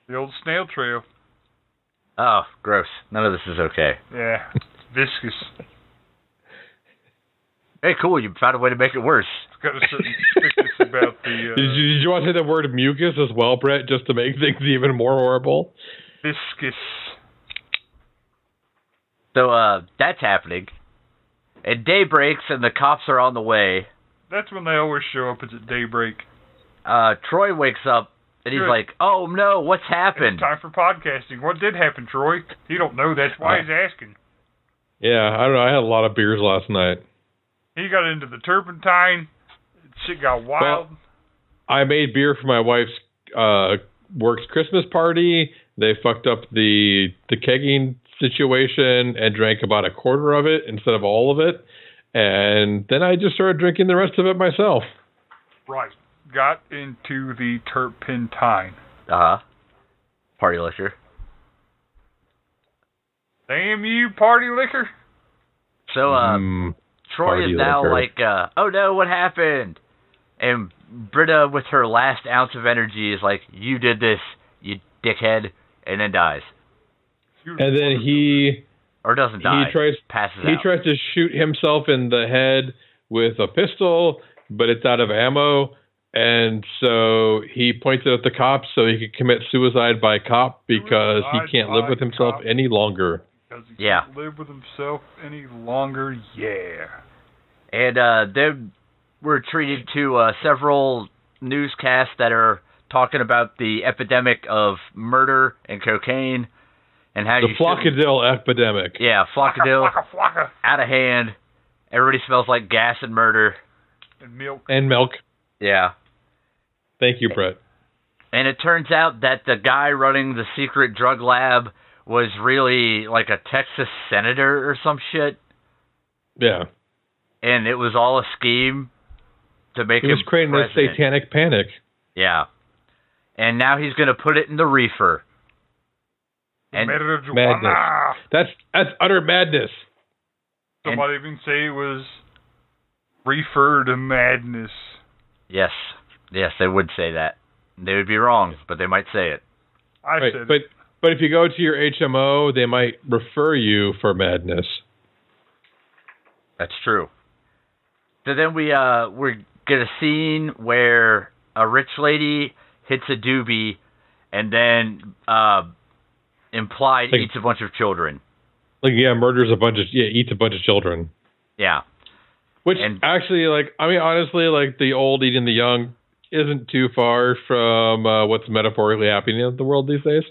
B: The old snail trail.
A: oh, gross. None of this is okay.
B: Yeah. Viscous.
A: Hey, cool, you found a way to make it worse.
B: It's got a certain thickness about the uh,
C: Did you, did you want to say the word mucus as well, Brett, just to make things even more horrible?
B: viscous.
A: So uh that's happening. And day breaks and the cops are on the way.
B: That's when they always show up. It's at daybreak.
A: Uh Troy wakes up and he's
B: Good.
A: like, Oh no, what's happened?
B: It's time for podcasting. What did happen, Troy? He don't know. That's why he's asking.
C: Yeah, I don't know. I had a lot of beers last night.
B: He got into the turpentine. Shit got wild.
C: I made beer for my wife's uh, work's Christmas party. They fucked up the the kegging situation and drank about a quarter of it instead of all of it. And then I just started drinking the rest of it myself.
B: right. Got into the turpentine.
A: Uh huh. Party liquor.
B: Damn you, party liquor.
A: So uh
C: Mm.
A: Troy
C: party
A: is now
C: liquor.
A: like uh oh no, what happened? And Britta with her last ounce of energy is like, You did this, you dickhead and then dies.
B: You-
C: and then he
A: Or doesn't die.
C: he tries
A: passes
C: he
A: out.
C: tries to shoot himself in the head with a pistol, but it's out of ammo, and so he points it at the cops so he could commit suicide by cop because he
B: Suicide
C: can't
B: by
C: live with himself
B: cop.
C: any longer.
B: Because he
A: Yeah.
B: can't live with himself any longer. Yeah.
A: And uh, then we're treated to uh, several newscasts that are talking about the epidemic of murder and cocaine and how
C: The
A: you shouldn't-
C: Flocadil epidemic.
A: yeah flocadil
B: Flocka, flocka, flocka.
A: out of hand. Everybody smells like gas and murder.
B: And milk.
C: And milk.
A: Yeah.
C: Thank you, Brett.
A: And it turns out that the guy running the secret drug lab was really like a Texas senator or some shit,
C: Yeah.
A: and it was all a scheme to make
C: He was
A: him
C: creating a
A: president.
C: satanic panic.
A: Yeah. And now he's going to put it in the reefer. And
B: Marijuana. Ah,
C: Madness. That's that's utter madness.
B: Some might even say it was reefer to madness.
A: yes, yes, they would say that. They would be wrong, but they might say it.
B: I
C: Right.
B: said
C: But but if you go to your HMO, they might refer you for madness.
A: That's true. So then we uh we get a scene where a rich lady hits a doobie and then uh implied
C: Like-
A: eats a bunch of children.
C: Like yeah, murders a bunch of yeah, eats a bunch of children.
A: Yeah.
C: Which
A: And-
C: actually, like, I mean, honestly, like the old eating the young isn't too far from uh, what's metaphorically happening in the world these days.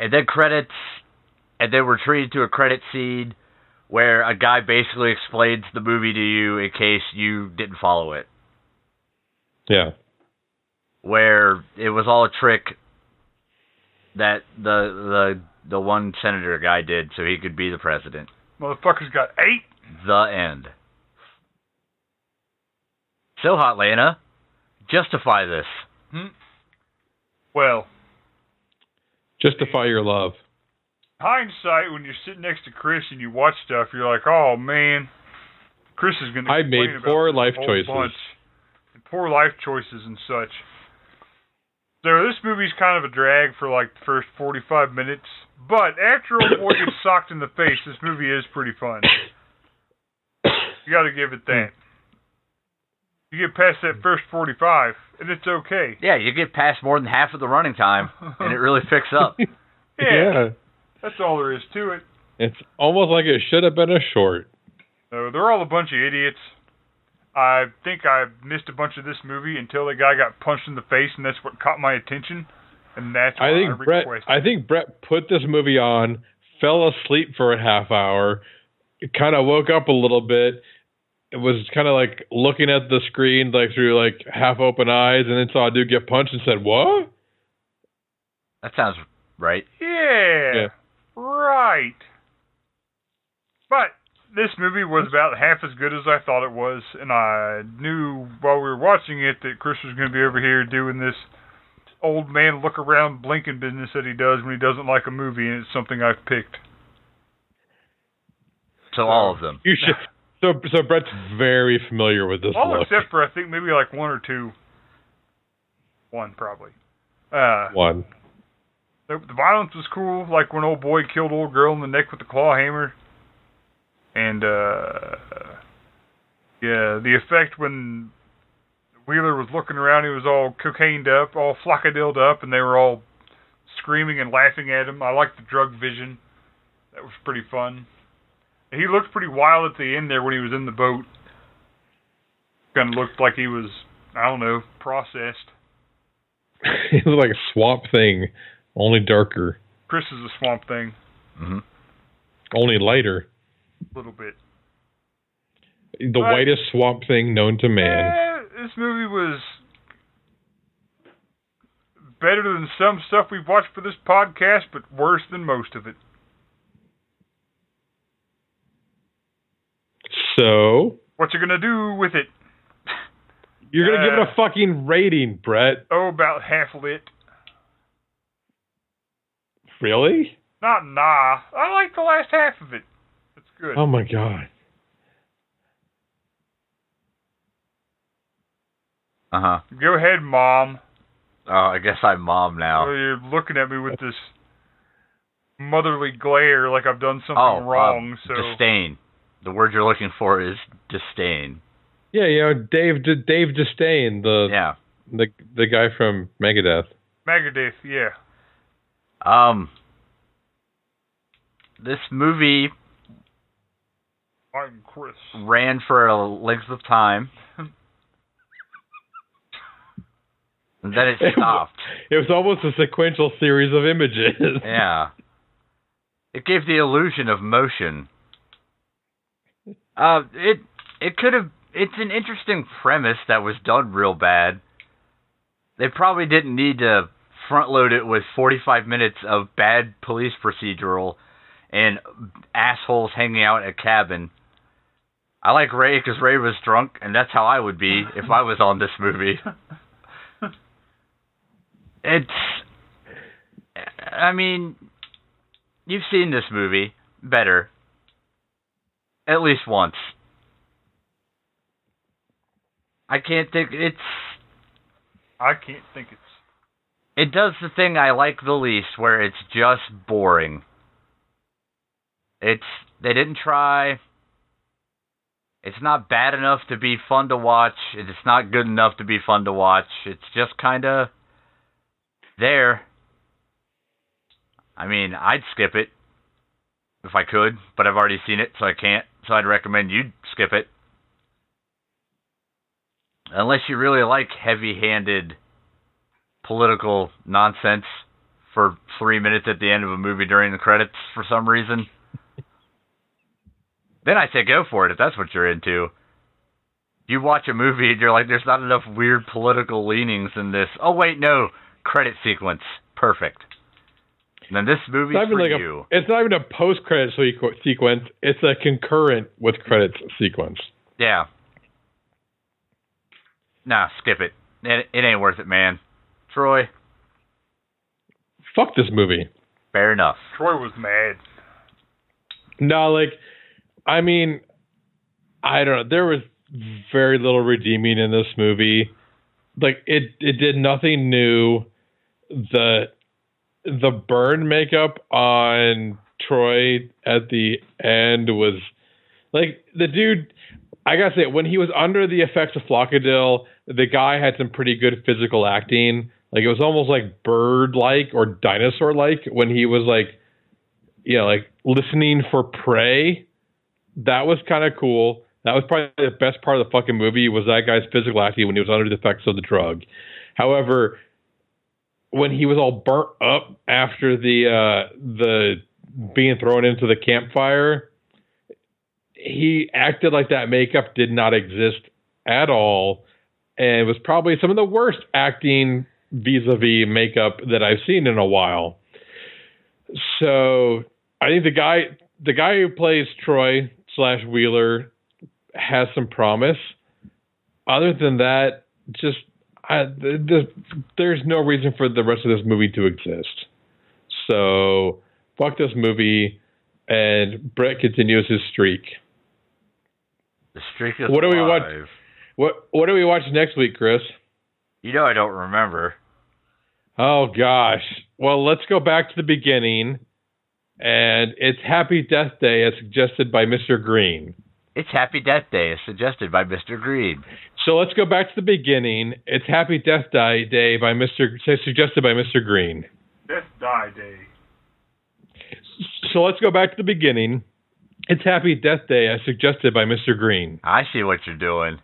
A: And then credits, and then we're treated to a credit scene where a guy basically explains the movie to you in case you didn't follow it,
C: Yeah,
A: where it was all a trick that the the the one senator guy did so he could be the president.
B: motherfuckers got eight.
A: The end. So hot, Lana. Justify this.
C: Hmm?
B: Well,
C: Justify your love.
B: hindsight, when you're sitting next to Chris and you watch stuff, you're like, oh man, Chris is going to.
C: I made poor life choices.
B: and poor life choices and such. So this movie's kind of a drag for like the first 45 minutes, but after old boy gets socked in the face, this movie is pretty fun. You got to give it that. You get past that first 45, and it's okay.
A: Yeah, you get past more than half of the running time, and it really picks up.
B: yeah, that's all there is to it.
C: It's almost like it should have been a short.
B: No, they're all a bunch of idiots. I think I missed a bunch of this movie until the guy got punched in the face, and that's what caught my attention. And that's
C: I
B: why
C: think
B: I
C: Brett.
B: requested.
C: I think Brett put this movie on, fell asleep for a half hour, kind of woke up a little bit. It was kind of like looking at the screen like through like half open eyes, and then saw a dude get punched and said, "What?"
A: That sounds right.
B: yeah,
C: Yeah.
B: right. But this movie was about half as good as I thought it was, and I knew while we were watching it that Chris was going to be over here doing this old man look around blinking business that he does when he doesn't like a movie, and it's something I've picked.
A: So all of them.
C: You should. So so Brett's very familiar with this
B: All
C: look.
B: Oh, except for I think maybe like one or two. One probably. Uh,
C: one.
B: the, the violence was cool, like when old boy killed old girl in the neck with the claw hammer. And uh, yeah, the effect when Wheeler was looking around, he was all cocained up, all flockadilled up, and they were all screaming and laughing at him. I liked the drug vision; that was pretty fun. He looked pretty wild at the end there when he was in the boat. Kind of looked like he was, I don't know, processed.
C: it was like a swamp thing, only darker,
B: Chris is a swamp thing,
A: hmm
C: only lighter.
B: a little bit.
C: The
B: Right.
C: whitest swamp thing known to man.
B: Eh, this movie was better than some stuff we've watched for this podcast, but worse than most of it.
C: So
B: What you gonna do with it?
C: you're gonna give it
B: Uh.
C: a fucking rating, Brett?
B: Oh, about half lit.
C: Really?
B: Not nah. I like the last half of it. It's good.
C: Oh my god.
A: Uh huh.
B: Go ahead, mom.
A: Oh, I guess I'm mom
B: Oh,
A: now.
B: you're looking at me with this motherly glare, like I've done something
A: Oh,
B: wrong.
A: um,
B: so
A: disdain. The word you're looking for is disdain.
C: Yeah, you know Dave D- Dave Disdain, the
A: Yeah.
C: the the guy from Megadeth.
B: Megadeth, yeah.
A: Um. This movie
B: I'm Chris.
A: ran for a length of time. and then it
C: It wa-
A: stopped.
C: It was almost a sequential series of images.
A: Yeah. It gave the illusion of motion. Uh, it it could have. It's an interesting premise that was done real bad. They probably didn't need to front load it with 45 minutes of bad police procedural and assholes hanging out at a cabin. I like Ray because Ray was drunk, and that's how I would be if I was on this movie. It's. I mean, you've seen this movie better. At least once. I can't think. It's.
B: I can't think it's
A: It does the thing I like the least, where it's just boring. It's. They didn't try. It's not bad enough to be fun to watch. and It's not good enough to be fun to watch. It's just kind of. there. I mean, I'd skip it if I could, but I've already seen it, so I can't. So I'd recommend you skip it. Unless you really like heavy handed political nonsense for three minutes at the end of a movie during the credits for some reason. then I say go for it if that's what you're into. You watch a movie and you're like, there's not enough weird political leanings in this. Oh, wait, no. Credit sequence. Perfect. And then this movie's
C: It's not,
A: for
C: even like
A: you.
C: a, it's not even a post-credit sequ- sequence. It's a concurrent with credits sequence.
A: Yeah. nah, skip it. It, it ain't worth it, man. Troy,
C: Fuck this movie.
A: fair enough.
B: Troy was mad.
C: No, like, I mean, I don't know. There was very little redeeming in this movie. Like, it it did nothing new. The the burn makeup on Troy at the end was like the dude. I gotta say, when he was under the effects of Flocadil, the guy had some pretty good physical acting. Like it was almost like bird-like or dinosaur-like when he was like you know, like listening for prey. That was kind of cool. That was probably the best part of the fucking movie was that guy's physical acting when he was under the effects of the drug. However, when he was all burnt up after the uh, the being thrown into the campfire, he acted like that makeup did not exist at all, and was probably some of the worst acting vis-a-vis makeup that I've seen in a while. So I think the guy the guy who plays Troy slash Wheeler has some promise. Other than that, just I, th- th- there's no reason for the rest of this movie to exist. So fuck this movie, and Brett continues his streak.
A: The streak is
C: What do we want-
A: alive.
C: What what do we watch next week, Chris?
A: You know I don't remember.
C: Oh gosh. Well, let's go back to the beginning, and it's Happy Death Day as suggested by Mr. Green.
A: It's Happy Death Day, as suggested by Mr. Green.
C: So let's go back to the beginning. It's Happy Death Di- Day by Mr. suggested by Mr. Green.
B: Death Die Day.
C: So let's go back to the beginning. It's Happy Death Day as suggested by Mr. Green.
A: I see what you're doing.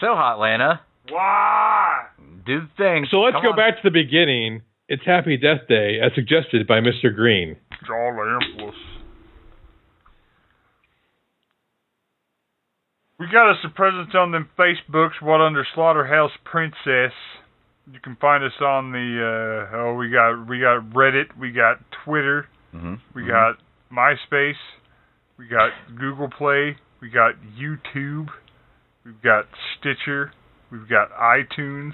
A: So hot, Lana.
B: Why?
A: Do the thing.
C: So let's
A: Come
C: go
A: on.
C: back to the beginning. It's Happy Death Day as suggested by Mr. Green.
B: Draw Lampus. We got us a presence on them Facebooks, what under Slaughterhouse Princess. You can find us on the uh, oh we got we got Reddit, we got Twitter,
A: Mhm,
B: we
A: mhm.
B: got MySpace, we got Google Play, we got YouTube, we've got Stitcher, we've got iTunes,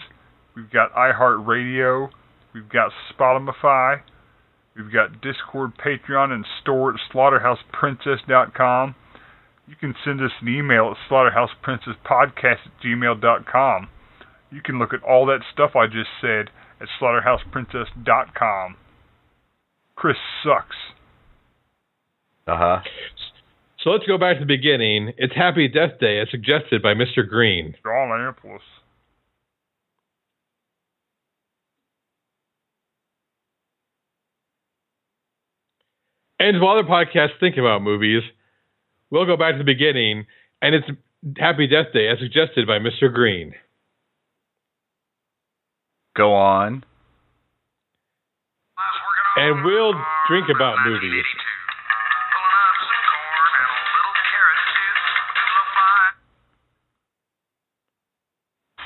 B: we've got iHeartRadio, we've got Spotify, we've got Discord, Patreon, and store at slaughterhouseprincess.com. You can send us an email at slaughterhouseprincesspodcast at gmail.com. You can look at all that stuff I just said at slaughterhouseprincess.com. Chris sucks.
A: Uh-huh.
C: So let's go back to the beginning. It's Happy Death Day as suggested by Mr. Green.
B: Draw Lampolis.
C: And while other podcasts think about movies, we'll go back to the beginning. And it's Happy Death Day as suggested by Mr. Green.
A: Go on.
C: And we'll drink about movies.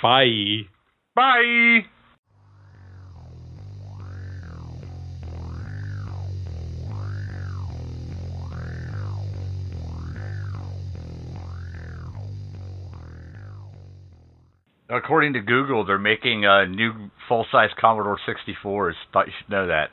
C: Bye.
B: Bye!
A: According to Google, they're making uh, new full-size Commodore 64s. Thought you should know that.